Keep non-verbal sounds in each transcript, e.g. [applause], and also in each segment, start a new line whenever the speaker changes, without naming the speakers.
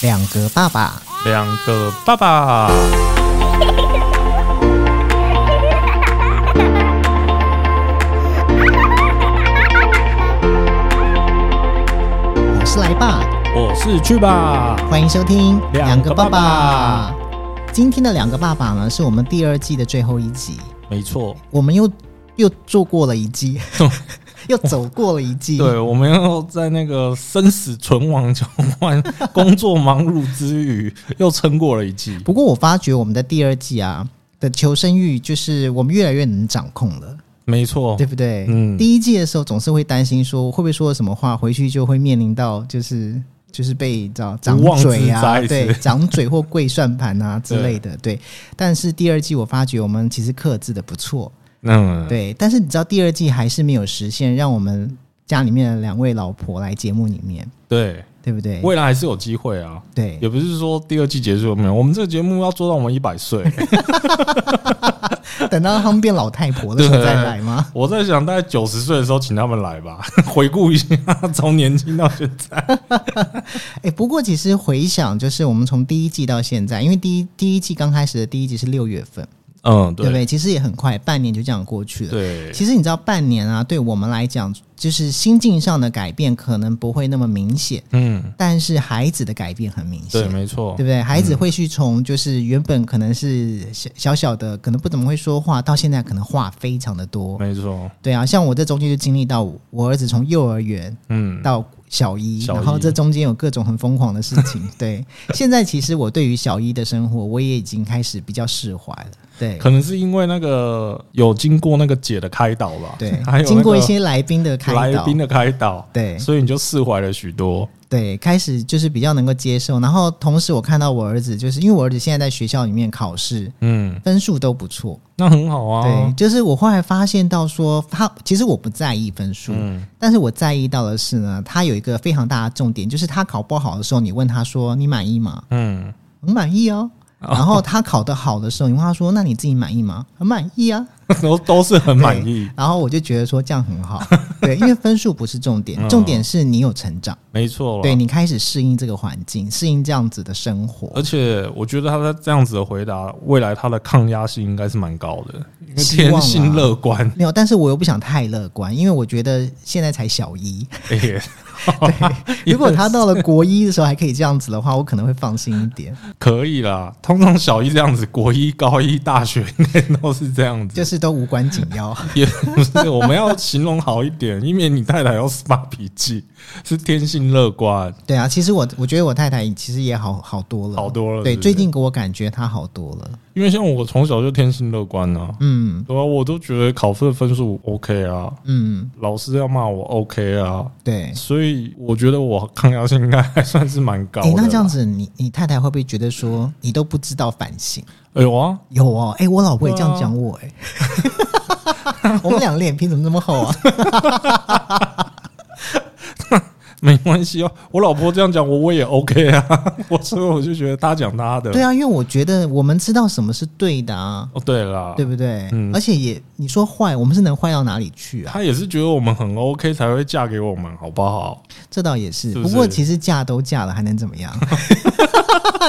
两个爸爸，
两个爸爸。
我是来爸，
我是去吧，
欢迎收听
两个爸爸。
今天的两个爸爸呢，是我们第二季的最后一集，
没错，
我们又又做过了一季， [laughs] 又走过了一季。
对，我们要在那个生死存亡交换、工作忙碌之余，又撑过了一季。
不过我发觉我们的第二季啊的求生欲，就是我们越来越能掌控了，
没错
对，不对？
嗯
第一季的时候总是会担心说会不会说了什么话，回去就会面临到就是就是被叫掌
无妄之
嘴啊，
灾之类
对，掌嘴或跪算盘啊之类
[laughs]
的，对。但是第二季我发觉我们其实克制的不错，
嗯，
对。但是你知道第二季还是没有实现，让我们家里面的两位老婆来节目里面，
对，
对不对？
未来还是有机会啊。
对
也，不是说第二季结束了没有，我们这个节目要做到我们一百 [laughs] 岁。
等到他们变老太婆的时候再来吗？
我在想，大概九十岁的时候请他们来吧， [laughs] 回顾一下从年轻到现在。
哎、不过其实回想，就是我们从第一季到现在，因为第一第一季刚开始的第一季是六月份，
嗯，
对不对？其实也很快，半年就这样过去了。
对，
其实你知道，半年啊，对我们来讲，就是心境上的改变可能不会那么明显，
嗯，
但是孩子的改变很明显
对，，没错嗯
对不，对？孩子会去从就是原本可能是小小小的，可能不怎么会说话，到现在可能话非常的多。
没错，
对啊，像我这中间就经历到我我儿子从幼儿园
嗯，
到小一，
小一
然后这中间有各种很疯狂的事
[laughs]
情。对，现在其实我对于小一的生活，我也已经开始比较释怀了。对
可能是因为那个有经过那个姐的开导吧，
对，
[laughs] 还有
经过一
那个
些来宾的开
来
导，
宾的开导，
对
所以你就释怀了许多。
对，开始就是比较能够接受。然后同时我看到我儿子，就是因为我儿子现在在学校里面考试。
嗯，
分数都不错，
那很好
对
啊，。
就是我后来发现到说，他其实我不在意分数，
嗯，
但是我在意到的是呢，他有一个非常大的重点，就是他考不好的时候，你问他说你满意吗？
嗯， [laughs]
很满意哦。然后他考得好的时候，你问他说：“那你自己满意吗？”很满意啊，
都都是很满意
对，然后我就觉得说这样很好，对，因为分数不是重点，
[laughs] 嗯
重点是你有成长，
没错。
对，你开始适应这个环境，适应这样子的生活
而。且我觉得他在这样子的回答，未来他的抗压性应该是蛮高的，因为
希望啊
天性乐观。
没有，但是我又不想太乐观，因为我觉得现在才小
[laughs]
一，[laughs]
哎呀
如果他到了国一的时候还可以这样子的话，我可能会放心一
[laughs]
点。
[laughs] 可以啦，通常小一这样子，国一、高一、大学应该都是这样
就
子，
是都无关紧要， [laughs]
也 [laughs] 不是我们要形容好一点，以免你太太要发脾气， [laughs] 是天性乐观，
对啊。其实我我觉得我太太其实也好好多了，
好多了
对，
是不是
最近给我感觉她好多了，
因为像我从小就天性乐观啊，
嗯
对啊，我都觉得考分分数 OK 啊，
嗯，
老师要骂我 OK 啊，
对。
所以我觉得我抗压性应该还算是蛮高的
哎、
啦。
那这样子你，你太太会不会觉得说你都不知道反省？
哎呦啊，
有哦，哎、我老婆也这样
对啊
讲我、哎， [laughs] 我们两个脸皮怎么这么厚啊？
没关系哦，我老婆这样讲我我也 OK 啊， [laughs] 我所以我就觉得她讲她的。
对啊，因为我觉得我们知道什么是对的啊，
哦对啦，
对不对？
嗯
而且也你说坏，我们是能坏到哪里去啊？
她也是觉得我们很 OK 才会嫁给我们，好不好？
这倒也是。
是不是
过其实嫁都嫁了，还能怎么
[laughs]
样？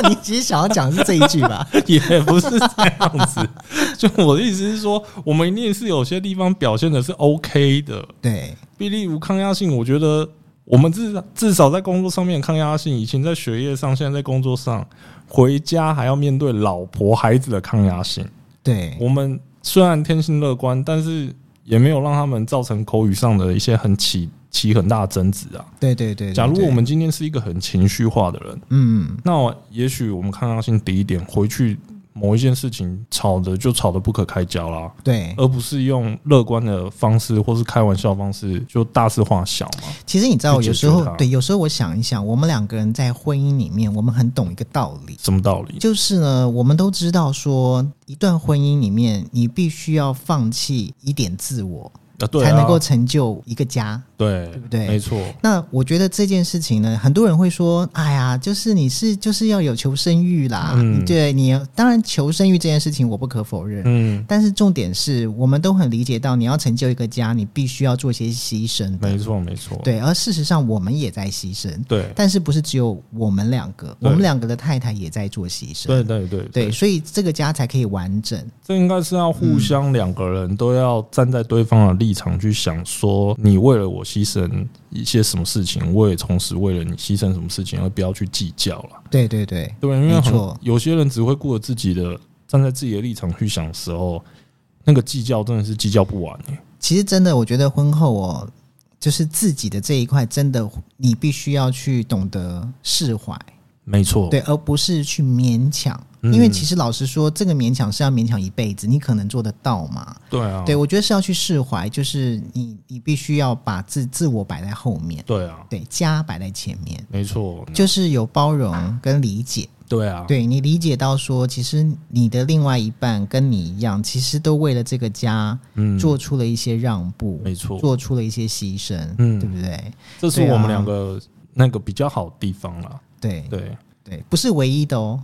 你其实想要讲的是这一句
[laughs]
吧？
也不是这样子， [laughs] 就我的意思是说，我们一定是有些地方表现的是 OK 的，
对，
臂力无抗压性，我觉得我们至至少在工作上面抗压性，以前在学业上，现在在工作上，回家还要面对老婆孩子的抗压性。
对，
我们虽然天性乐观，但是也没有让他们造成口语上的一些很起起很大的争执啊。
对，对，对。
假如
对
我，们今天是一个很情绪化的人，
嗯，
那我也许我们抗压性低一点，回去某一件事情吵着就吵得不可开交啦。
对，
而不是用乐观的方式，或是开玩笑方式，就大事化小嘛。
其实你知道，
去
有
解决
时候
它
对，有时候我想一想，我们两个人在婚姻里面，我们很懂一个道理，
什么道理？
就是呢，我们都知道说，一段婚姻里面，你必须要放弃一点自我，
啊，对啊，
才能够成就一个家。
对
对不对
没错，
那我觉得这件事情呢，很多人会说：“哎呀，就是你是就是要有求生欲啦。
嗯
对你呃当然求生欲这件事情我不可否认，
嗯，
但是重点是我们都很理解到，你要成就一个家，你必须要做些牺牲的。
没错，没错，
对，而事实上我们也在牺牲，
对
但是不是只有我们两个，我
对
们两个的太太也在做牺牲。
对对对
对，，所以这个家才可以完整。
这应该是要互相两个人都要站在对方的立场去想，说你为了我牺牲一些什么事情，我也同时为了你牺牲什么事情，而不要去计较了，
对对对，
对，因为
没
很
错
有些人只会顾着自己的，站在自己的立场去想的时候，那个计较真的是计较不完、欸
其实真的，我觉得婚后哦，就是自己的这一块，真的你必须要去懂得释怀，
没错，
对，而不是去勉强。
哦嗯
因为其实老实说，这个勉强是要勉强一辈子，你可能做得到吗？
对啊，
对，我觉得是要去释怀，就是你你必须要把自自我摆在后面，
对啊，
对，家摆在前面，
没错，
就是有包容跟理解。
对啊，
对你理解到说，其实你的另外一半跟你一样，其实都为了这个家
嗯，
做出了一些让步，
没错，
做出了一些牺牲，
嗯
对不对？
这是
对啊
我们两个那个比较好的地方啦。
对
对，
对，不是唯一的
[laughs]
哦，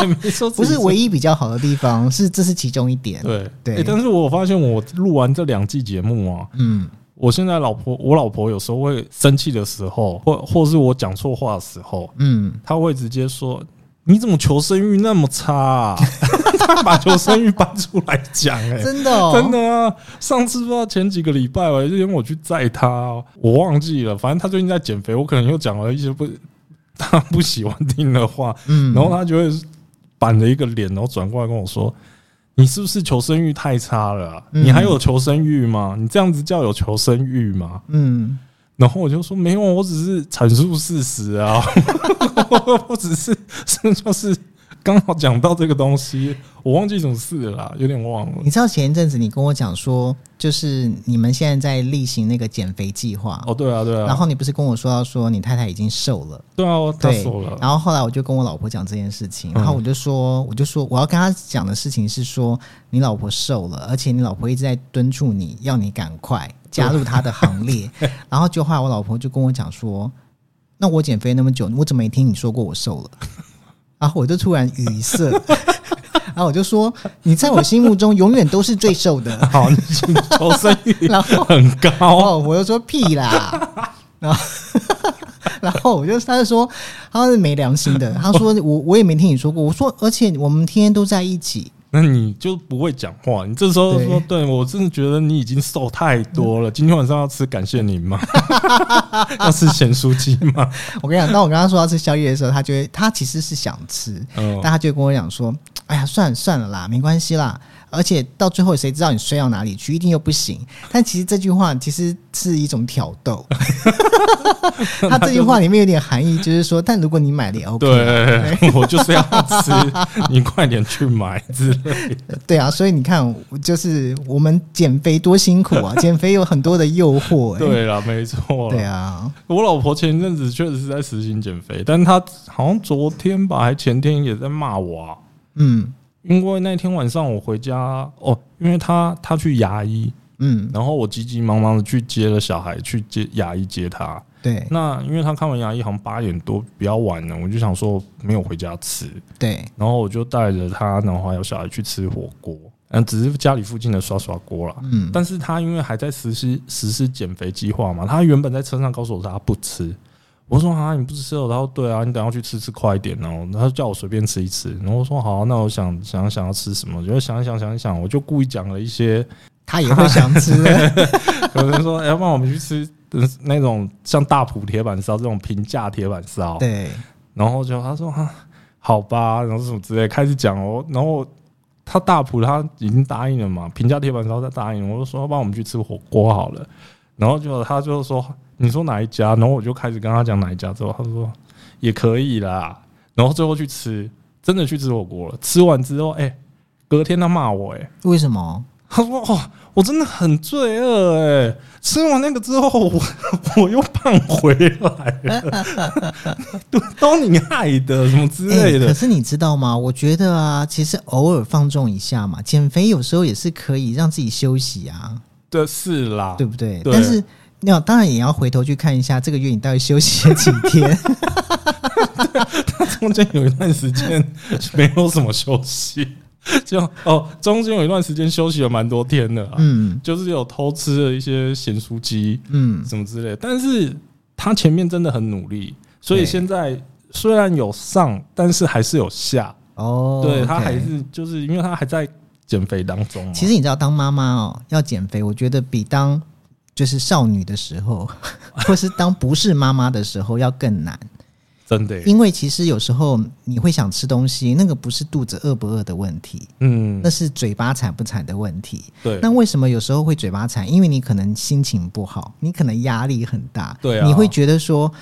也没说
不是唯
一。
一比较好的地方，是这是其中一点。
对
对
诶但是我发现我录完这两季节目啊，
嗯，
我现在老婆，我老婆有时候会生气的时候，或或是我讲错话的时候，
嗯，
她会直接说：“你怎么求生欲那么差、啊？” [laughs] 她把求生欲搬出来讲、欸，
真的、哦，
[laughs] 真的啊！上次不知道前几个礼拜吧，因为我去载他，哦我忘记了。反正他最近在减肥，我可能又讲了一些不 [laughs] 他不喜欢听的话，
嗯，
然后他就会板着一个脸，然后转过来跟我说：“你是不是求生欲太差了啊、
嗯
你还有求生欲吗？你这样子叫有求生欲吗
嗯，？”
然后我就说：“没有，我只是阐述事实啊， [laughs] 我只是是就是刚好讲到这个东西，我忘记什么事了啦，有点忘了。
你知道前一阵子你跟我讲说，就是你们现在在例行那个减肥计划。
哦，对啊，对啊，
然后你不是跟我说到说你太太已经瘦了，
对啊，我打
对
手了。嗯
然后后来我就跟我老婆讲这件事情，然后我就说，我就说我要跟她讲的事情是说，你老婆瘦了，而且你老婆一直在敦促你，要你赶快加入她的行
[laughs]
列。然后就后来我老婆就跟我讲说，那我减肥那么久，我怎么没听你说过我瘦了？然后我就突然语
[laughs]
塞，然后我就说，你在我心目中永远都是最瘦的。
好，你求生欲
[laughs] 然后
很高，
哦，我就说屁啦，然后 [laughs] 然后我就他就说他是没良心的，他说我我也没听你说过，我说而且我们天天都在一起，
那你就不会讲话。你这时候说，对我真的觉得你已经瘦太多
嗯
了。今天晚上要吃感谢您吗？ [laughs] 要吃咸酥鸡吗？
我跟你讲，当我跟他说要吃宵夜的时候，他就会他其实是想吃，
嗯
但，他就跟我讲说，哎呀算了算了啦，没关系啦。而且到最后，谁知道你睡到哪里去？一定又不行。但其实这句话其实是一种挑逗。他这句话里面有点含义，就是说，但如果你买了也 OK，
对，我就是要吃，你快点去买之类的。
对啊，所以你看，我就是我们减肥多辛苦
[laughs]
啊！减肥有很多的诱惑、欸，
对了，没错
对
啦。
啊，
我老婆前一阵子确实是在实行减肥，但她好像昨天吧，还前天也在骂我啊。
嗯
因为那天晚上我回家哦，因为她她去牙医，
嗯，
然后我急急忙忙的去接了小孩，去接牙医接他。
对
那因为他看完牙医好像八点多，比较晚了，我就想说没有回家吃，
对，
然后我就带着他，然后还有小孩去吃火锅。嗯，只是家里附近的刷刷锅啦。
嗯
但是他因为还在实施实施减肥计划嘛，他原本在车上告诉我说他不吃。我说啊，你不吃哦？他说对啊，你等下去吃吃快一点哦。他就叫我随便吃一吃，然后我说好啊、那我想想想要吃什么，就想一想想一想，我就故意讲了一些 [laughs]
他也会想吃的，
有人说，哎要不然我们去吃呃那种像大埔铁板烧这种平价铁板烧。
对，
然后就他说啊，好吧，然后什么之类，开始讲哦。然后他大埔他已经答应了嘛，平价铁板烧他答应了，我就说，要不然我们去吃火锅好了。然后就他就说，你说哪一家？然后我就开始跟他讲哪一家，之后他说也可以啦。然后最后去吃，真的去吃火锅了。吃完之后，哎、隔天他骂我、哎。
为什么？
他说：“哦，我真的很罪恶哎、吃完那个之后，我 [laughs] 我又胖回来
[laughs]
了，都都你害的，什么之类
欸可
的。
是你知道吗？我觉得啊，其实偶尔放纵一下嘛，减肥有时候也是可以让自己休息啊。
对，是啦，
对不对？
对
但是那当然也要回头去看一下这个月你到底休息了几
[laughs]
天，
中间有一段时间没有什么休息， [laughs] 就哦，中间有一段时间休息了蛮多天的、啊，
嗯
就是有偷吃了一些咸酥鸡
嗯，
什么之类的，但是他前面真的很努力，所以
对
现在虽然有上，但是还是有下，
哦，
对他
OK
还是就是因为他还在减肥当中嘛，啊
其实你知道，当妈妈哦，要减肥，我觉得比当就是少女的时候， [laughs] 或是当不是妈妈的时候要更难，
真的耶，
因为其实有时候你会想吃东西，那个不是肚子饿不饿的问题，
嗯
那，是嘴巴馋不馋的问题。
对，
那为什么有时候会嘴巴馋？因为你可能心情不好，你可能压力很大，
对啊
你会觉得说，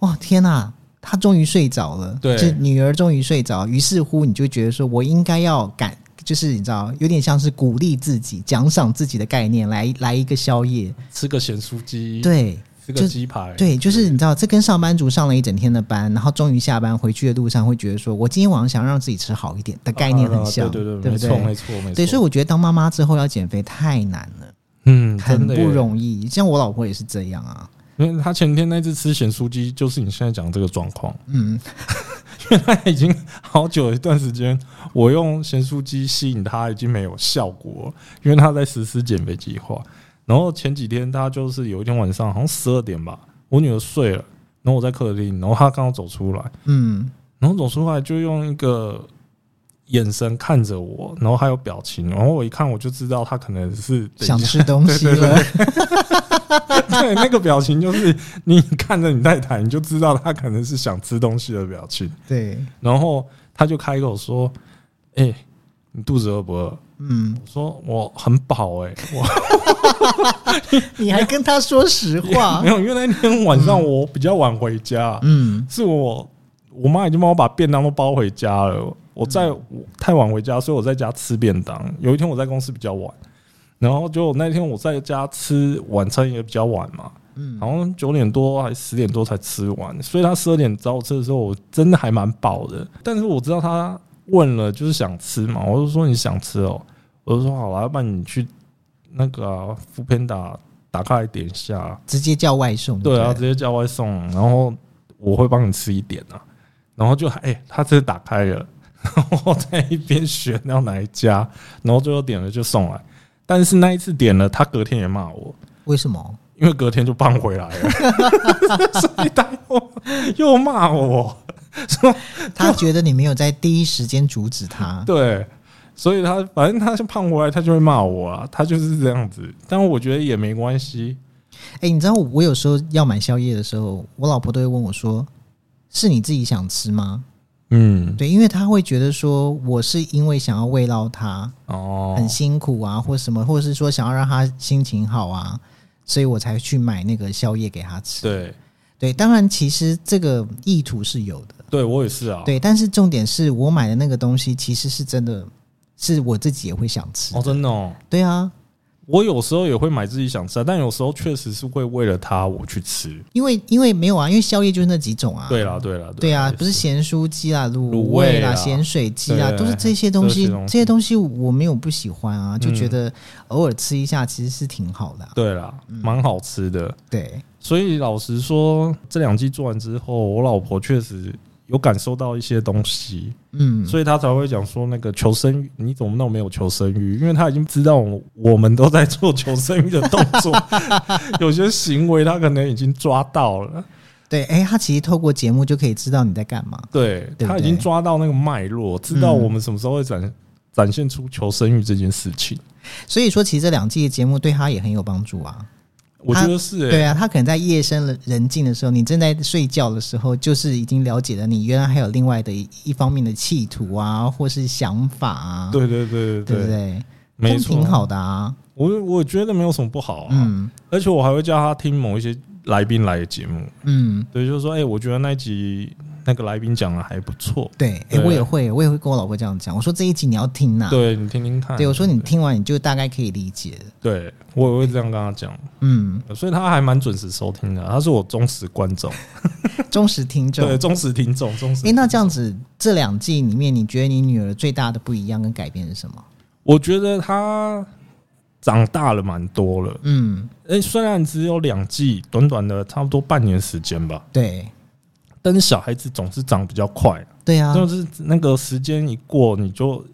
哇，天哪、他终于睡着了，
对
就女儿终于睡着，于是乎你就觉得说我应该要感，就是你知道，有点像是鼓励自己、奖赏自己的概念，来来一个宵夜，
吃个咸酥鸡，，
对。
吃个鸡排，
对，就是你知道，这跟上班族上了一整天的班，然后终于下班回去的路上，会觉得说，我今天晚上想让自己吃好一点的概念很像，
啊对对
对
没
不
错没
对？
错没错，
对，所以我觉得当妈妈之后要减肥太难了。
嗯，
很
真的耶
不容易。像我老婆也是这样啊，
因为他前天那次吃咸酥鸡，就是你现在讲的这个状况。 [laughs]
嗯，
因为他已经好久一段时间，我用咸酥鸡吸引他已经没有效果了，因为他在实施减肥计划。然后前几天他就是有一天晚上好像十二点吧，我女儿睡了，然后我在客厅，然后她刚好走出来，
嗯，
然后走出来就用一个眼神看着我，然后还有表情，然后我一看我就知道她可能是等一
[laughs] 想
下
吃东西
对对
了，
对，那个表情就是你看着你太太，你就知道她可能是想吃东西的表情。
对，
然后她就开口说：“哎、你肚子饿不饿？”
嗯，
我说：“我很饱哎、我
你还跟她说实话
[laughs] 没，有，因为那天晚上我比较晚回家，
啊嗯，
是我我妈已经帮我把便当都包回家了。我在我太晚回家，所以我在家吃便当。有一天我在公司比较晚，然后就那天我在家吃晚餐也比较晚嘛，
嗯
好像九点多还十点多才吃完，所以他十二点找我吃的时候，我真的还蛮饱的。但是我知道他问了就是想吃嘛，我就说你想吃哦，我就说好了，要不然你去那个啊富偏打打开来点一下、啊
直接叫外送，
对啊，
不
直接叫外送，然后我会帮你吃一点啊。然后就哎、他这打开了， [laughs] 然后在一边选要哪一家，然后最后点了就送来。但是那一次点了，他隔天也骂我，
为什么？
因为隔天就搬回来
[laughs]
了，所以他又又骂我，说
她觉得你没有在第一时间阻止她，
对，所以他反正他就胖回来，他就会骂我啊，他就是这样子。但我觉得也没关系，
哎、你知道我有时候要买宵夜的时候，我老婆都会问我说：“是你自己想吃吗
嗯？”，
对，因为她会觉得说我是因为想要慰劳她，
哦，
很辛苦啊，或什么，或者是说想要让她心情好啊，所以我才去买那个宵夜给她吃。
对，
对，当然其实这个意图是有的，
对我也是啊，
对，但是重点是我买的那个东西其实是真的，是我自己也会想吃，
哦，真的哦。
对啊，
我有时候也会买自己想吃的，啊但有时候确实是会为了它我去吃。
因为因为没有啊，因为宵夜就是那几种啊，
对啦，对啦，
对啊，
也
不是咸酥鸡啦、
卤
卤
味
啦、
啦
咸水鸡啦，
对啊
都是这些东西
都是这些嗯东，西
这些东西我没有不喜欢啊，就觉得偶尔吃一下其实是挺好的啊、
对啦，蛮好吃的。
对，
所以老实说，这两季做完之后，我老婆确实有感受到一些东西，
嗯，
所以她才会讲说那个求生欲，你怎么那么没有求生欲？因为她已经知道我我们都在做求生欲的动
[laughs]
作，有些行为她可能已经抓到了，
对，哎，他其实透过节目就可以知道你在干嘛，
对
对嗯
她已经抓到那个脉络，知道我们什么时候会展展现出求生欲这件事情。
所以说其实这两季的节目对他也很有帮助啊。
我觉得是、欸，
对啊，他可能在夜深人人静的时候，你正在睡觉的时候，就是已经了解了你原来还有另外的一一方面的企图啊，或是想法啊，
对对对
对
对
不
对，
对？
没
都
错，
挺好的啊。
我我觉得没有什么不好、啊，
嗯
而且我还会叫他听某一些来宾来的节目，
嗯，
对，就是说，哎、我觉得那一集那个来宾讲的还不错，
对，哎、
对
我也会，我也会跟我老婆这样讲，我说这一集你要听呐、
对你听听看。
啊对我说你听完你就大概可以理解了。
对我也会这样跟他讲，
嗯，
所以他还蛮准时收听的，啊他是我忠实
[laughs]
观众，
忠实听众。
对，忠实听众，忠实
哎、。那这样子，这两季里面，你觉得你女儿最大的不一样跟改变是什么？
我觉得他长大了蛮多了。
嗯，
哎、虽然只有两季，短短的差不多半年时间吧，
对，
但是小孩子总是长比较快，
对啊，
就是那个时间一过，你就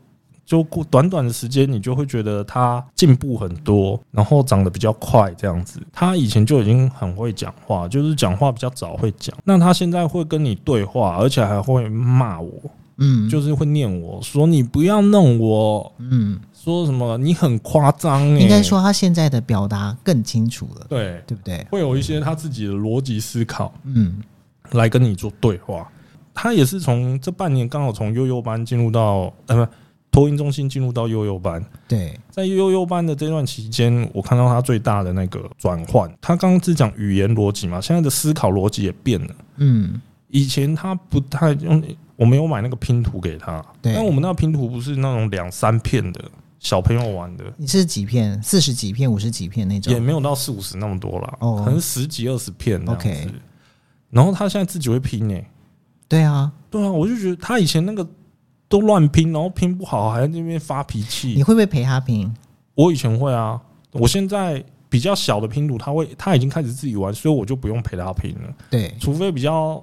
就过短短的时间，你就会觉得他进步很多，然后长得比较快这样子。他以前就已经很会讲话，就是讲话比较早会讲，那他现在会跟你对话，而且还会骂我，
嗯，
就是会念我说你不要弄我，
嗯，
说什么你很夸张、欸，
应该说他现在的表达更清楚了，
对，
对不对？
会有一些他自己的逻辑思考。
嗯，
来跟你做对话。他也是从这半年刚好从幼幼班进入到呃不托婴中心进入到幼幼班，
对，
在幼幼班的这段期间，我看到他最大的那个转换。他刚刚是讲语言逻辑嘛，现在的思考逻辑也变了。
嗯，
以前他不太用，我没有买那个拼图给他，
对
但我们那个拼图不是那种两三片的小朋友玩的，
你是几片？四十几片、五十几片那
也
种？
没有到四五十那么多啦，
哦
可能十几二十片那样子。
OK
然后他现在自己会拼诶、欸
对啊，
对啊，我就觉得他以前那个都乱拼，然后拼不好还在那边发脾
你
气。
会不会陪他拼？
我以前会啊，我现在比较小的拼图，他会他已经开始自己玩，所以我就不用陪他拼了。
对，
除非比较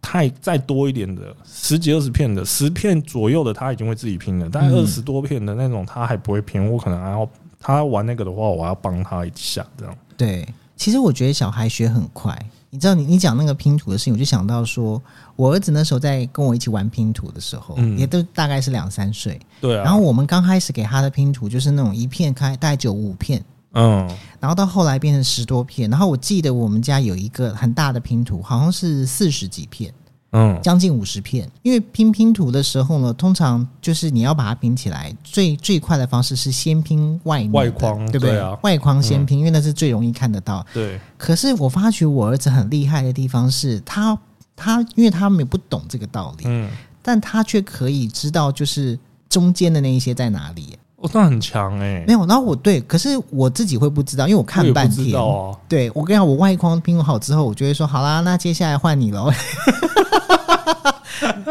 太再多一点的，十几二十片的，十片左右的他已经会自己拼了，但
嗯
二十多片的那种他还不会拼，我可能还要他玩那个的话，我还要帮他一下这样。
对，其实我觉得小孩学很快。你知道你你讲那个拼图的事情，我就想到说，我儿子那时候在跟我一起玩拼图的时候，
嗯
也都大概是两三岁。
对啊，
然后我们刚开始给他的拼图就是那种一片开，大概只有五片，
嗯
然后到后来变成十多片。然后我记得我们家有一个很大的拼图，好像是四十几片，
嗯
将近五十片。因为拼拼图的时候呢，通常就是你要把它拼起来，最最快的方式是先拼外面的
外框
对不对？
对啊
外框先拼，因为那是最容易看得到。
对，
可是我发觉我儿子很厉害的地方是他，他因为他们也不懂这个道理，
嗯，
但他却可以知道就是中间的那一些在哪里。
哦，那很强哎、
没有，然后我对，可是我自己会不知道，因为我
我
看
也
半
不知
天。
道啊。
对我跟你讲，我外框拼好之后，我就会说好啦，那接下来换你喽。 [laughs]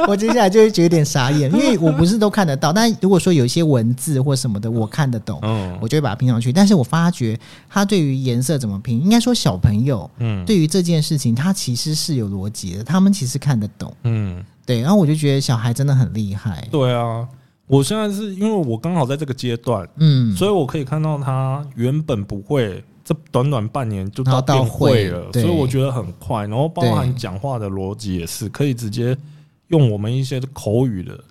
我接下来就会觉得有点傻眼，因为我不是都看得到，但如果说有一些文字或什么的，我看得懂，
嗯
我就会把它拼上去。但是我发觉他对于颜色怎么拼，应该说小朋友
嗯
对于这件事情，他其实是有逻辑的，他们其实看得懂。
嗯。
对，然后我就觉得小孩真的很厉害。
对啊，我现在是因为我刚好在这个阶段，
嗯，
所以我可以看到他原本不会，这短短半年就
然后
到
到
变会了，
会
所以我
对
觉得很快。然后包含讲话的逻辑也是可以直接用我们一些口语的，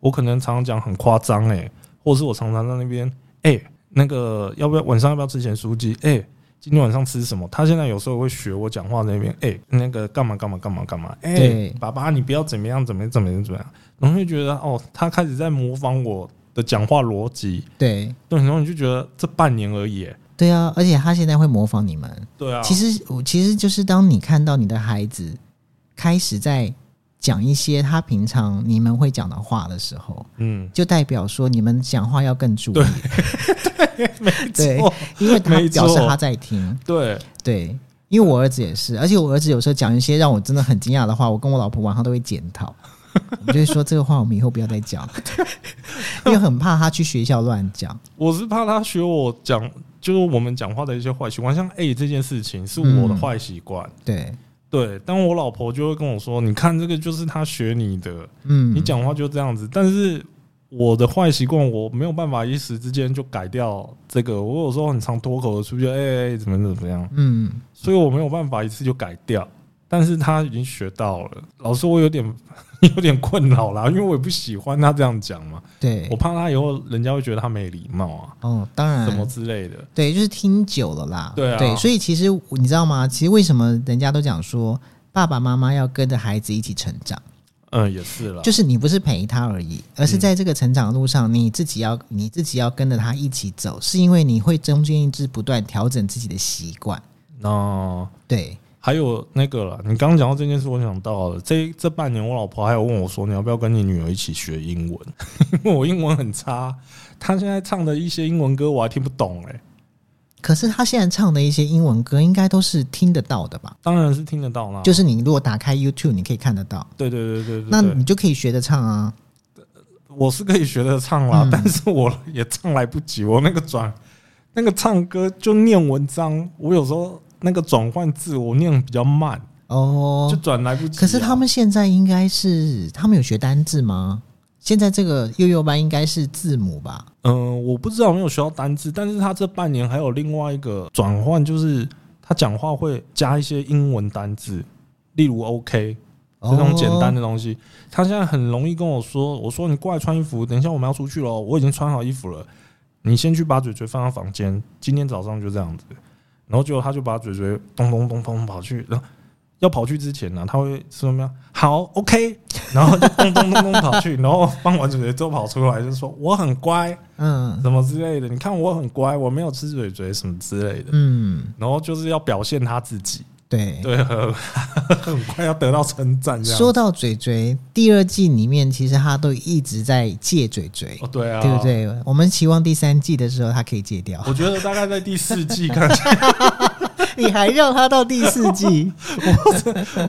我可能常常讲很夸张哎，或是我常常在那边哎、那个要不要晚上要不要吃咸酥鸡哎。今天晚上吃什么？他现在有时候会学我讲话在那边，哎、那个干嘛干嘛干嘛干嘛，哎、
对
爸爸你不要怎么样怎么样怎么样怎么样，然后就觉得哦，他开始在模仿我的讲话逻辑，
对
对，然后你就觉得这半年而已，
对啊，而且他现在会模仿你们。
对啊，
其实我其实就是当你看到你的孩子开始在讲一些他平常你们会讲的话的时候，
嗯，
就代表说你们讲话要更注意，
没
对
错，
因为他
没错
表示他在听。
对，
对，因为我儿子也是，而且我儿子有时候讲一些让我真的很惊讶的话，我跟我老婆晚上都会检讨。 [laughs] 我们就会说这个话我们以后不要再讲， [laughs] 因为很怕他去学校乱讲。
我是怕他学我讲，就是我们讲话的一些坏习惯，像 A 这件事情是我
嗯
的坏习惯，
对，
对，但我老婆就会跟我说，你看这个就是他学你的，
嗯，
你讲话就这样子，但是。我的坏习惯，我没有办法一时之间就改掉这个。我有时候很常脱口而出，就哎、哎哎怎么怎么样，
嗯，
所以我没有办法一次就改掉。但是他已经学到了，老师我有点 [laughs] 有点困扰啦，因为我也不喜欢他这样讲嘛，
对
我，怕他以后人家会觉得他没礼貌
哦，当
啊，
然，
什么之类的。
对，就是听久了啦。
对啊
所以其实你知道吗？其实为什么人家都讲说爸爸妈妈要跟着孩子一起成长，
嗯，也是啦，
就是你不是陪他而已，而是
嗯
在这个成长的路上，你自己要你自己要跟着他一起走，是因为你会中间一直不断调整自己的习惯。
那
对，
还有那个啦，你刚刚讲到这件事，我想到了，这这半年我老婆还有问我说，你要不要跟你女儿一起学英文？ [laughs] 因为我英文很差，她现在唱的一些英文歌我还听不懂哎、
可是他现在唱的一些英文歌，应该都是听得到的吧？
当然是听得到啦，
就是你如果打开 YouTube，你可以看得到，
对对对对哦对，
那
对
你就可以学着唱啊。
我是可以学得唱啦，
嗯
但是我也唱来不及，我那个转那个唱歌就念文章，我有时候那个转换字我念比较慢，就
哦，
转来不及啊、
可是他们现在应该是他们有学单字吗？现在这个幼幼班应该是字母吧？
嗯、我不知道有没有学到单字，但是他这半年还有另外一个转换，就是他讲话会加一些英文单字，例如 OK 这种简单
的
的东西。他现在很容易跟我说：“我说你过来穿衣服，等一下我们要出去咯，我已经穿好衣服了，你先去把嘴嘴放到房间，今天早上就这样子。”然后结果他就把嘴嘴咚咚咚咚跑去，然后要跑去之前呢、啊他会说什么呀？好，OK，然后就咚咚咚咚跑去，然后放完嘴嘴之后跑出来就说我很乖，
嗯
什么之类的。你看我很乖，我没有吃嘴嘴什么之类的。
嗯，
然后就是要表现他自己，
对。
对，很 [laughs] 很快要得到称赞。这样
说到嘴嘴，第二季里面其实他都一直在戒嘴嘴，
哦，对啊，
对不？对？我们期望第三季的时候他可以戒掉，
[laughs] 我觉得大概在第四季看 [laughs] 起来，
[laughs] 你还让他到第四
[laughs]
季，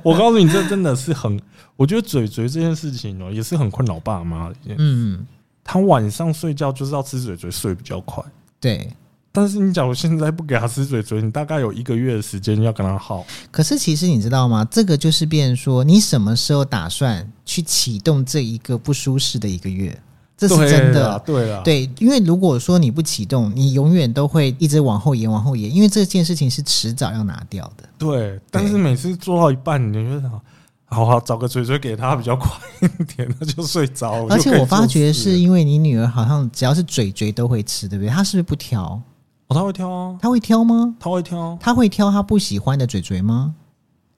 我告诉你，这真的是很，我觉得嘴嘴这件事情哦，也是很困扰爸妈的一件。
嗯，
他晚上睡觉就是要吃嘴嘴，睡比较快。
对。
但是你假如现在不给他吃嘴嘴，你大概有一个月的时间要跟他耗。
可是其实你知道吗？这个就是变成说，你什么时候打算去启动这一个不舒适的一个月？这是真
对啊啦
的。啊
对啦，
对，因为如果说你不启动，你永远都会一直往后延，往后延，因为这件事情是迟早要拿掉的。
对，但是每次做到一半，你就会想，好好找个嘴嘴给他比较快一点，他就睡着。
而
就可
且
以
我发
做
觉
事
是因为你女儿好像只要是嘴嘴都会吃，对不对？她是不是不挑？
哦，他会挑啊，
她会挑吗？
他会挑，啊
她会挑她不喜欢的嘴嘴吗？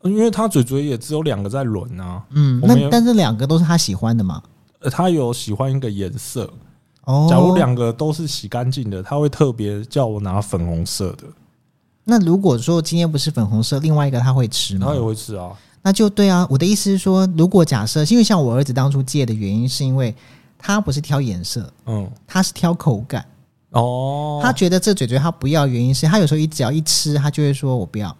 因为他嘴嘴也只有两个在轮啊。
嗯，
我们
那
有
但这两个都是她喜欢的嘛？
呃他有喜欢一个颜色，
哦，
假如两个都是洗干净的，他会特别叫我拿粉红色的，
那如果说今天不是粉红色，另外一个她会吃吗？
他也会吃啊。
那就对啊，我的意思是说，如果假设，因为像我儿子当初戒的原因，是因为他不是挑颜色，
嗯，
他是挑口感。
哦，
他觉得这嘴嘴他不要，原因是他有时候一只要一吃，他就会说我不要，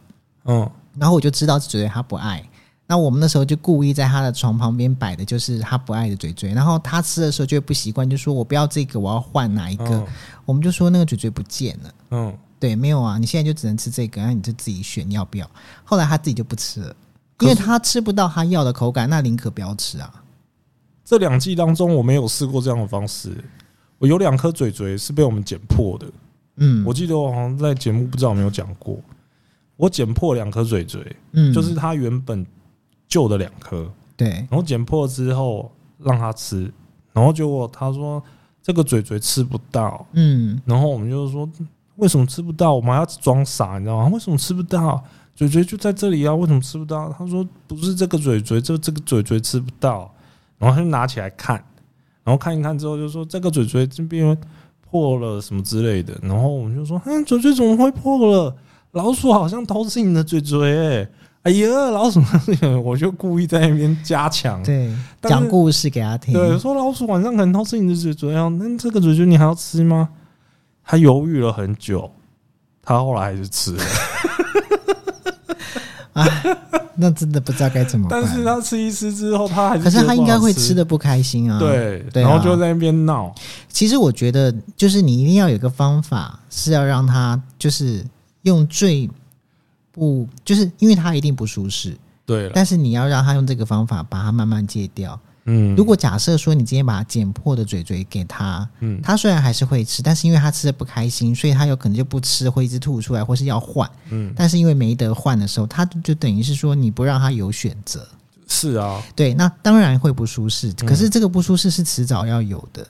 嗯，
然后我就知道这嘴嘴他不爱。那我们那时候就故意在他的床旁边摆的就是他不爱的嘴嘴，然后他吃的时候就会不习惯，就说我不要这个，我要换哪一个？
嗯
我们就说那个嘴嘴不见了。
嗯，
对，没有啊，你现在就只能吃这个，然后你就自己选你要不要。后来他自己就不吃了，因为
可
他吃不到他要的口感，那宁可不要吃啊。
这两季当中我没有试过这样的方式。我有两颗嘴嘴是被我们剪破的，
嗯
我记得我好像在节目不知道有没有讲过，我剪破两颗嘴嘴，
嗯，
就是它原本旧的两颗，
对，
然后剪破之后让他吃，然后结果他说这个嘴嘴吃不到，
嗯
然后我们就说为什么吃不到？我们还要装傻，你知道吗？为什么吃不到？嘴嘴就在这里啊，为什么吃不到？他说不是这个嘴嘴，这这个嘴嘴吃不到。然后他就拿起来看，然后看一看之后就说这个嘴嘴这边破了什么之类的。然后我们就说，嗯，嘴嘴怎么会破了？老鼠好像偷吃你的嘴嘴、欸。哎呀，老鼠， [laughs] 我就故意在那边加强。
对，
但是
讲故事给他听。
对，说老鼠晚上可能偷吃你的嘴嘴啊，那这个嘴嘴你还要吃吗？他犹豫了很久，他后来还是吃了，
那真的不知道该怎么办。
[laughs] 但是他吃一吃之后，他还是
可是他应该会吃
吃
的不开心啊。
不好，吃，对，
对啊
然后就在那边闹，
其实我觉得就是你一定要有一个方法，是要让他就是用最不，就是因为他一定不舒适，
对了，
但是你要让他用这个方法把它慢慢戒掉。
嗯，
如果假设说你今天把它剪破的嘴嘴给他，
嗯
他虽然还是会吃，但是因为他吃的不开心，所以他有可能就不吃，会一直吐出来，或是要换。
嗯
但是因为没得换的时候，他就就等于是说你不让他有选择，
是啊，
对，那当然会不舒适。
嗯
可是这个不舒适是迟早要有的，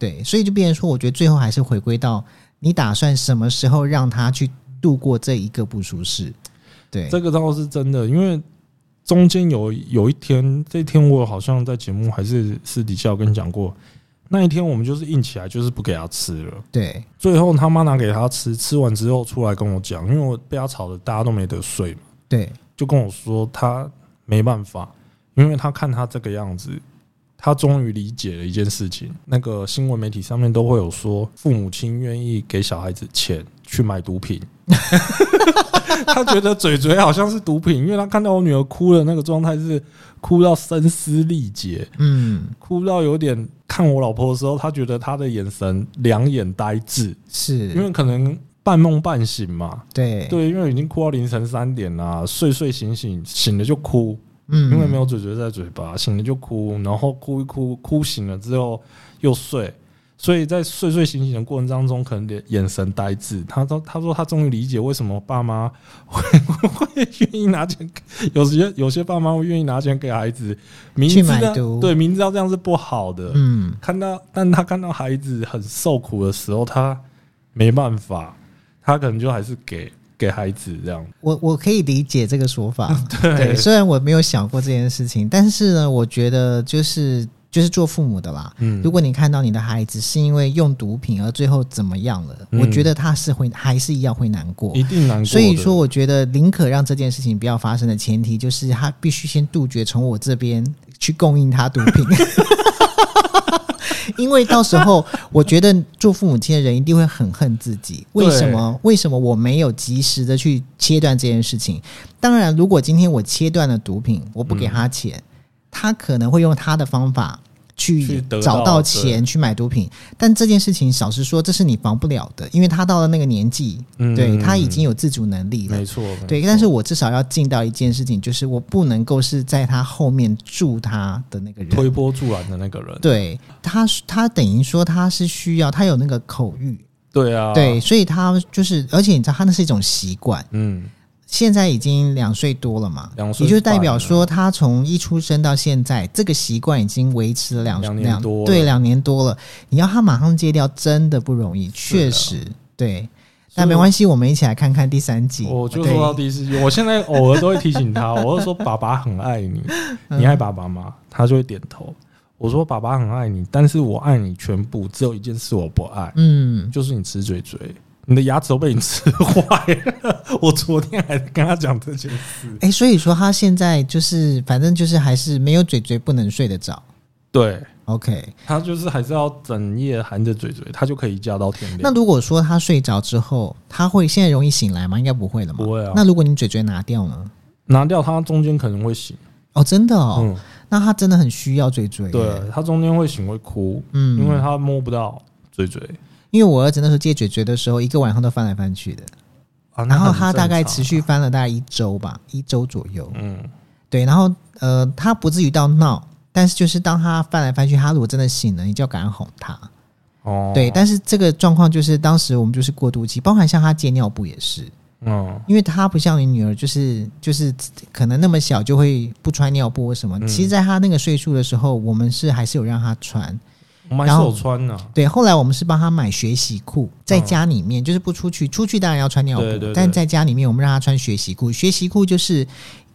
对，所以就变成说，我觉得最后还是回归到你打算什么时候让他去度过这一个不舒适，对，
这个倒是真的，因为中间有有一天，这天我好像在节目还是私底下有跟你讲过，那一天我们就是硬起来，就是不给他吃了。
对，
最后他妈拿给他吃，吃完之后出来跟我讲，因为我被他吵的，大家都没得睡嘛，
对，
就跟我说他没办法，因为他看他这个样子，他终于理解了一件事情。那个新闻媒体上面都会有说，父母亲愿意给小孩子钱去买毒品。他觉得嘴嘴好像是毒品，因为他看到我女儿哭的那个状态是哭到声嘶力竭，
嗯，
哭到有点看我老婆的时候，她觉得她的眼神两眼呆滞，因
是，
为可能半梦半醒嘛。
对，
对，因为已经哭到凌晨三点啦，睡睡醒醒，醒了就哭，
嗯，
因为没有嘴嘴在嘴巴，醒了就哭，然后哭一哭，哭醒了之后又睡，所以在睡睡醒醒的过程当中，可能眼眼神呆滞。他说：“他说他终于理解为什么爸妈会 [laughs] 会愿意拿钱给，有些有些爸妈会愿意拿钱给孩子，明知
去买
道
毒
对，明知道这样是不好的，
嗯，
看到，但他看到孩子很受苦的时候，他没办法，他可能就还是给给孩子这样。
我我可以理解这个说法，
[laughs] 对
虽然我没有想过这件事情，但是呢，我觉得就是就是做父母的啦。
嗯
如果你看到你的孩子是因为用毒品而最后怎么样了，
嗯
我觉得他是会还是一样会难过
一。定难过的。
所以说，我觉得宁可让这件事情不要发生的前提，就是他必须先杜绝从我这边去供应他毒
[laughs]
品。因为到时候，我觉得做父母亲的人一定会很恨自己，为什么？为什么我没有及时的去切断这件事情？当然，如果今天我切断了毒品，我不给
嗯
他钱，他可能会用他的方法
去
去
得
找
到
到
对
钱去买毒品。但这件事情，老实说，这是你防不了的，因为他到了那个年纪，
嗯
对他已经有自主能力了
没。错，
对，
没错
但是我至少要尽到一件事情，就是我不能够是在他后面助他的那个人。
推波助澜的那个人，
对他，他等于说他是需要，他有那个口欲，
对啊，
对，，所以他就是，而且你知道，他那是一种习惯。
嗯，
现在已经两岁多了嘛，
两岁
也就代表
半了
说他从一出生到现在，这个习惯已经维持了两
两年多了
对，两年多了。你要他马上戒掉，真的不容易，确
的
实对。
啊所以
但没
我
关系，我们一起来看看第三季。
我就
对
说到第四季，我现在偶尔都会提醒他，我就说爸爸很爱你，
嗯
你爱爸爸吗？他就会点头。我说爸爸很爱你，但是我爱你全部，只有一件事我不爱，
嗯，
就是你吃嘴嘴，你的牙齿都被你吃坏了。 [laughs] 我昨天还跟他讲这件事，
哎、所以说他现在就是，反正就是还是没有嘴嘴不能睡得着。
对
OK，
他就是还是要整夜含着嘴嘴，他就可以嫁到天
那
亮。
如果说他睡着之后，他会现在容易醒来吗？应该不会了嘛。
不会啊
那如果你嘴嘴拿掉呢？
拿掉他中间可能会醒，
哦，真的哦，
嗯，
那他真的很需要嘴嘴。
对，他中间会醒会哭，
嗯，
因为他摸不到嘴嘴
因为我儿子那时候戒嘴嘴的时候，一个晚上都翻来翻去的，
啊。那
然后
很
他大概
正常啊
持续翻了大概一周吧，一周左右。
嗯
对，然后呃，他不至于到闹，但是就是当他翻来翻去，他如果真的醒了，你就要赶快哄他。
哦，
对，但是这个状况就是当时我们就是过渡期，包含像他戒尿布也是，
嗯
因为他不像你女儿，就是就是可能那么小就会不穿尿布或什么。
嗯
其实，在他那个岁数的时候，我们是还是有让他穿。
我们还
然
是
后
有穿呢，
对，后来我们是帮他买学习裤，在家里面、就是不出去，出去当然要穿尿布，
嗯对对对
但在家里面我们让他穿学习裤。学习裤就是，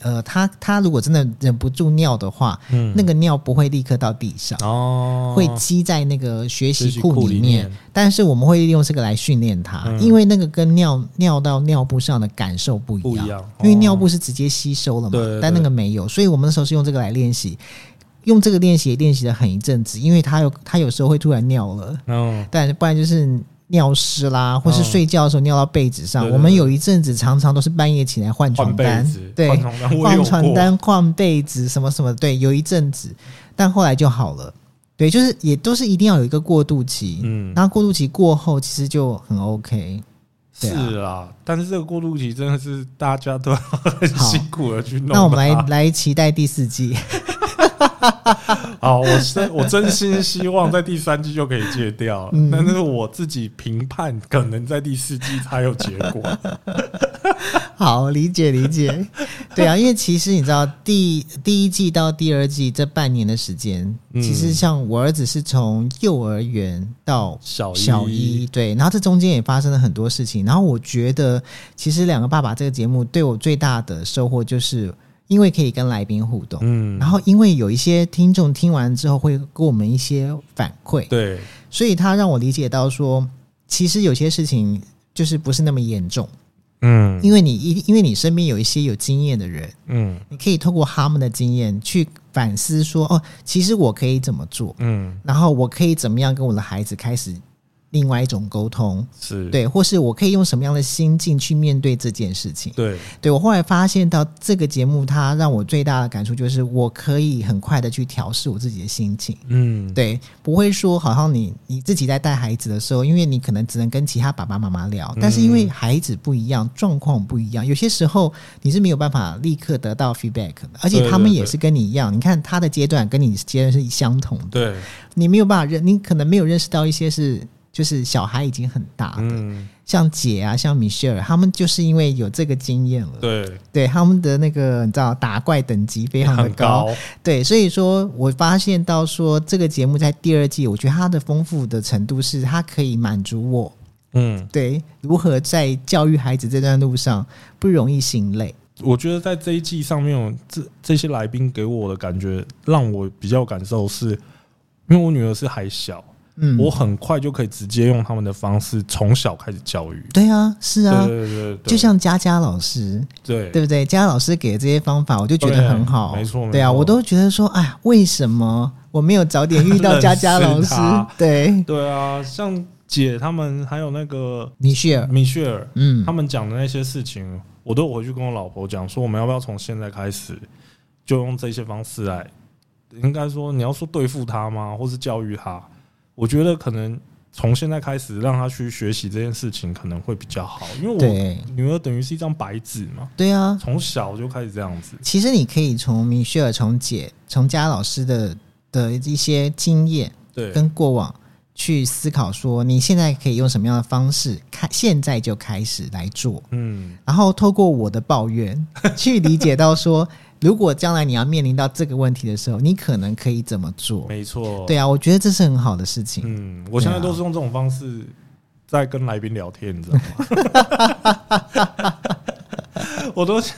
呃，他他如果真的忍不住尿的话，
嗯，
那个尿不会立刻到地上，
哦
会积在那个学
学
习
习
裤
裤
里
里
面。
面
但是我们会利用这个来训练他，
嗯
因为那个跟尿尿到尿布上的感受不一样，
不一样
因为
哦
尿布是直接吸收了嘛，
对对对
但那个没有，所以我们那时候是用这个来练习。用这个练习也练习了很一阵子，因为他有他有时候会突然尿了，
嗯
但不然就是尿湿啦，或是
嗯
睡觉的时候尿到被子上。
对对
我们有一阵子常常都是半夜起来换
换
床
被
单
子，，
对
换，床单，我也
换
有
床
过，
单、换被子什么什么，对，有一阵子，但后来就好了。对，就是也都是一定要有一个过渡期，
嗯，
然后过渡期过后其实就很 OK。对啊
是啊，但是这个过渡期真的是大家都很
好
辛苦的去弄啊它。
那我们啊来来期待第四季。 [laughs]
啊，我真我真心希望在第三季就可以戒掉，
[laughs] 嗯
但是我自己评判可能在第四季才有结
[laughs]
果。
好，理解理 [laughs] 解。对啊，因为其实你知道，第第一季到第二季这半年的时间，
嗯
其实像我儿子是从幼儿园到
小
小一，对，然后这中间也发生了很多事情。然后我觉得，其实《两个爸爸》这个节目对我最大的收获，就是因为可以跟来宾互动，
嗯
然，后因为有一些听众听完之后会给我们一些反馈，
对，
所以他让我理解到说，其实有些事情就是不是那么严重，
嗯
因为你一因为你身边有一些有经验的人，
嗯
你可以透过他们的经验去反思说，哦，其实我可以怎么做。
嗯，
然后我可以怎么样跟我的孩子开始另外一种沟通，
是，
对，或是我可以用什么样的心境去面对这件事情。
对，
对我后来发现到这个节目，它让我最大的感触就是，我可以很快的去调试我自己的心情。
嗯，
对，不会说好像你你自己在带孩子的时候，因为你可能只能跟其他爸爸妈妈聊，但是因
嗯
为孩子不一样，状况不一样，有些时候你是没有办法立刻得到 feedback 的，而且他
对
们
对
也是跟你一样，你看他的阶段跟你阶段是相同的，
对，
你没有办法认，你可能没有认识到一些是就是小孩已经很大的，
嗯，
像姐啊，像米歇尔，他们就是因为有这个经验了，
对，
对他们的那个你知道打怪等级非常的
很高，
对，所以说我发现到说这个节目在第二季，我觉得它的丰富的程度是它可以满足我
嗯，
对如何在教育孩子这段路上不容易心累。
我觉得在这一季上面，我这这些来宾给我的感觉，让我比较有感受是，因为我女儿是还小，
嗯，
我很快就可以直接用他们的方式从小开始教育。
对啊，是
对
啊，
对对，对
就像佳佳老师，
对
对不对？佳佳老师给的这些方法，我就觉得
对
很好，
没错
对啊，
没错
我都觉得说，哎，为什么我没有早点遇到
[laughs] 认识
佳佳老师
他？
对，
对啊，像姐他们还有那个
米歇尔，
米歇尔，
嗯
他，们讲的那些事情，我都有回去跟我老婆讲，说我们要不要从现在开始就用这些方式来，应该说你要说对付他吗，或是教育他？我觉得可能从现在开始让他去学习这件事情可能会比较好，因为我
对，
女儿等于是一张白纸嘛，
对啊，
从小就开始这样子，
其实你可以从米歇尔、从姐、从佳老师的的一些经验
对
跟过往去思考，说你现在可以用什么样的方式开，现在就开始来做，
嗯，
然后透过我的抱怨 [laughs] 去理解到说，如果将来你要面临到这个问题的时候，你可能可以怎么做？
没错，
对啊，我觉得这是很好的事情。
嗯，我现在都是用这种方式在跟来宾聊天，你知道吗？我都现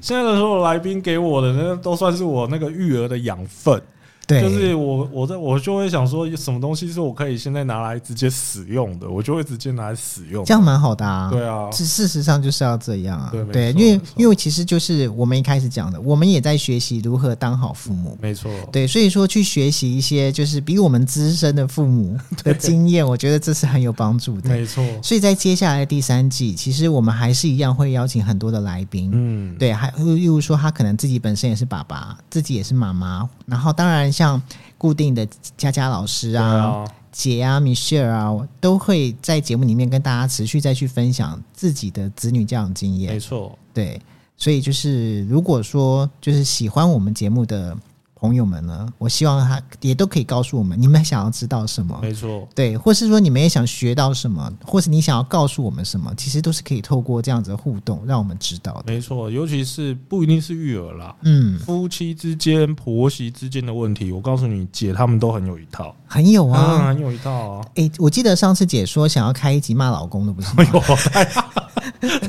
现在的所有来宾给我的那都算是我那个育儿的养分，
对，
就是我我在我就会想说，有什么东西是我可以现在拿来直接使用的，我就会直接拿来使用。
这样蛮好的啊。
对啊，
是事实上就是要这样啊，
对没
对，
错
因
没
为
错
因为其实就是我们一开始讲的，我们也在学习如何当好父母，
没错，
对，所以说去学习一些就是比我们资深的父母的经验，我觉得这是很有帮助的。
没错，
所以在接下来的第三季，其实我们还是一样会邀请很多的来宾。
嗯，
对，还例如说，他可能自己本身也是爸爸，自己也是妈妈，然后当然像固定的佳佳老师
对
啊、
啊，
姐啊、米歇尔啊，都会在节目里面跟大家持续再去分享自己的子女教养经验
没。错，
对，所以就是如果说就是喜欢我们节目的朋友们呢，我希望他也都可以告诉我们你们想要知道什么，
没错，
对，或是说你们也想学到什么，或是你想要告诉我们什么，其实都是可以透过这样子的互动让我们知道的。
没错，尤其是不一定是育儿啦，
嗯，
夫妻之间、婆媳之间的问题，我告诉你，姐他们都很有一套，
很有
啊，
啊。
很有一套啊。
诶，我记得上次姐说想要开一集骂老公的，不是吗
哎？呦，哎呀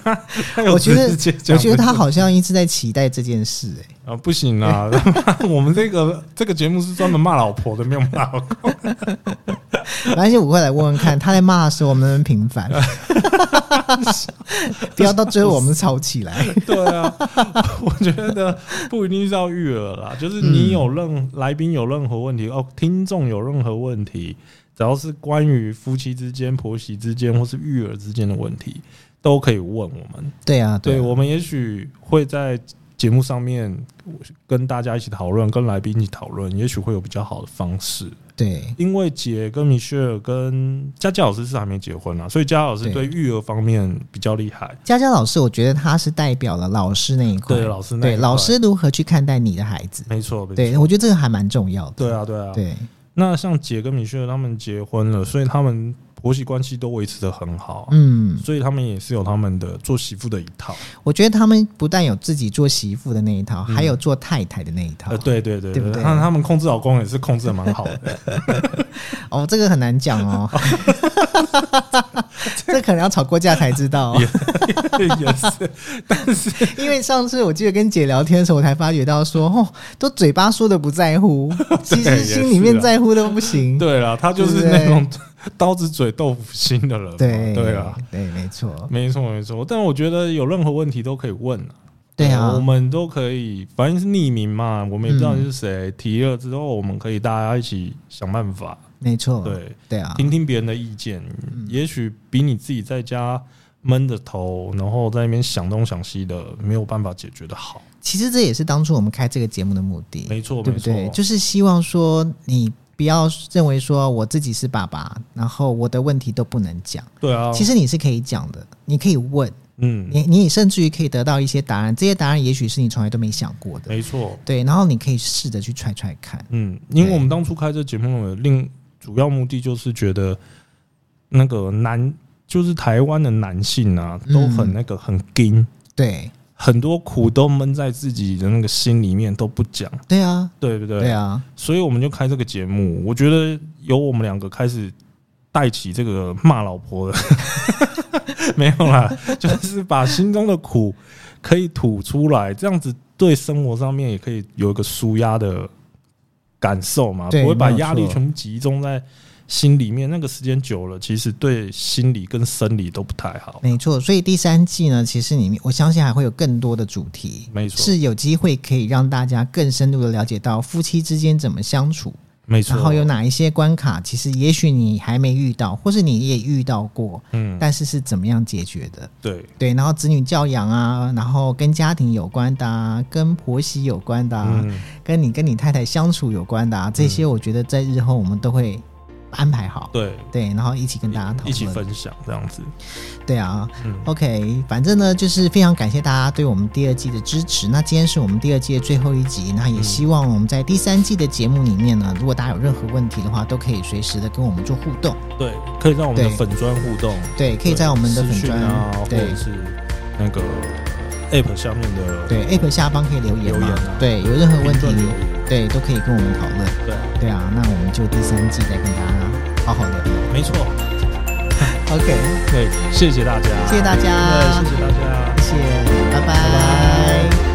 他 [laughs] 有
[laughs] 我觉得
直接，
我
讲
觉得她好像一直在期待这件事、诶，
啊，不行啊， [laughs] 我们这个这个节目是专门骂老婆的，没有骂老公。
而且我会来问问看，她在骂的时候我们能不能平
[laughs]
反，不要到最后我们吵起来。
[laughs] 对啊，我觉得不一定是要育儿啦，就是你有任来宾有任何问题哦，听众有任何问题，只要是关于夫妻之间、婆媳之间或是育儿之间的问题，都可以问我们。
对啊，
对，
啊
我们也许会在节目上面跟大家一起讨论，跟来宾一起讨论，也许会有比较好的方式。
对
因为姐跟米歇尔跟佳佳老师是还没结婚啦，啊所以佳佳老师
对
对育儿方面比较厉害。
佳佳老师，我觉得他是代表了老师那一块，
对老师那一
对
块
老师如何去看待你的孩子，
没错，没
对
错，
我觉得这个还蛮重要的。
对啊，对啊。
对
那像姐跟米歇尔他们结婚了，所以他们婆媳关系都维持的很好啊、
嗯，
所以他们也是有他们的做媳妇的一套。
我觉得他们不但有自己做媳妇的那一套，
嗯
还有做太太的那一套。
呃，对对对
对不对
那他们控制老公也是控制的蛮好
[laughs]
的。
哦，这个很难讲
[laughs]
哦，这可能要吵过架才知道、哦。
也是，
[laughs] 因为上次我记得跟姐聊天的时候，我才发觉到说，哦，都嘴巴说的不在乎，其
[laughs] 对也
实
是
心里面
啊
在乎都不行。
对啦，他就
对
是
不对
那种刀子嘴豆腐心的人嘛。
对
对啊，
对，没错，
没错没错。但我觉得有任何问题都可以问啊。
对啊，
我们都可以，反正是匿名嘛，我们也不知道
嗯
你是谁。提了之后，我们可以大家一起想办法。
没错，
对，
对啊，嗯
听听别人的意见，也许比你自己在家闷着头，然后在那边想东想西的，没有办法解决的好。
其实这也是当初我们开这个节目的目的，
没错，
对
没
不
错
对？，就是希望说你不要认为说我自己是爸爸，然后我的问题都不能讲。
对啊。
其，实你是可以讲的，你可以问，
嗯，
你你甚至于可以得到一些答案，这些答案也许是你从来都没想过的。
没错，
对，然后你可以试着去揣揣看。
嗯，因为
对
我们当初开这节目的另主要目的就是觉得那个男，就是台湾的男性啊，都很
嗯
那个很硬，
对，
很多苦都闷在自己的那个心里面都不讲，
对啊，
对不对？
对啊，
所以我们就开这个节目。我觉得由我们两个开始带起这个骂老婆的， [laughs] 没有啦，就是把心中的苦可以吐出来，这样子对生活上面也可以有一个舒压的感受嘛，
对
不会把
没有
压力
错
全部集中在心里面。那个时间久了，其实对心理跟生理都不太好。
没错。所以第三季呢，其实里面我相信还会有更多的主题，
没错，
是有机会可以让大家更深入的了解到夫妻之间怎么相处，
没错。
然后有哪一些关卡，其实也许你还没遇到，或是你也遇到过，
嗯，
但是是怎么样解决的？
对，
对，然后子女教养啊，然后跟家庭有关的、啊，跟婆媳有关的、啊，
嗯，
跟你跟你太太相处有关的、啊，这些我觉得在日后我们都会安排好，
对，
对，然后一起跟大家讨论，
一起分享这样子。
对啊。
嗯，
OK，反正呢，就是非常感谢大家对我们第二季的支持。那今天是我们第二季的最后一集，那也希望我们在第三季的节目里面
嗯
呢，如果大家有任何问题的话，都可以随时的跟我们做互动。
对，可以让我们的
对
粉砖互动。
对，可以在我们的
对
粉
私讯
专、
啊，或
对
者是那个 App 下面的
对 App 下方可以留言嘛？
留言啊
对，有任何问
评
题
论留，言
对都可以跟我们讨论。
对啊，
对啊，那我们就第三季再跟大家好好聊聊。
没错，
OK，
对，谢谢大家，
谢谢大家
对，谢谢大家。
谢谢，拜拜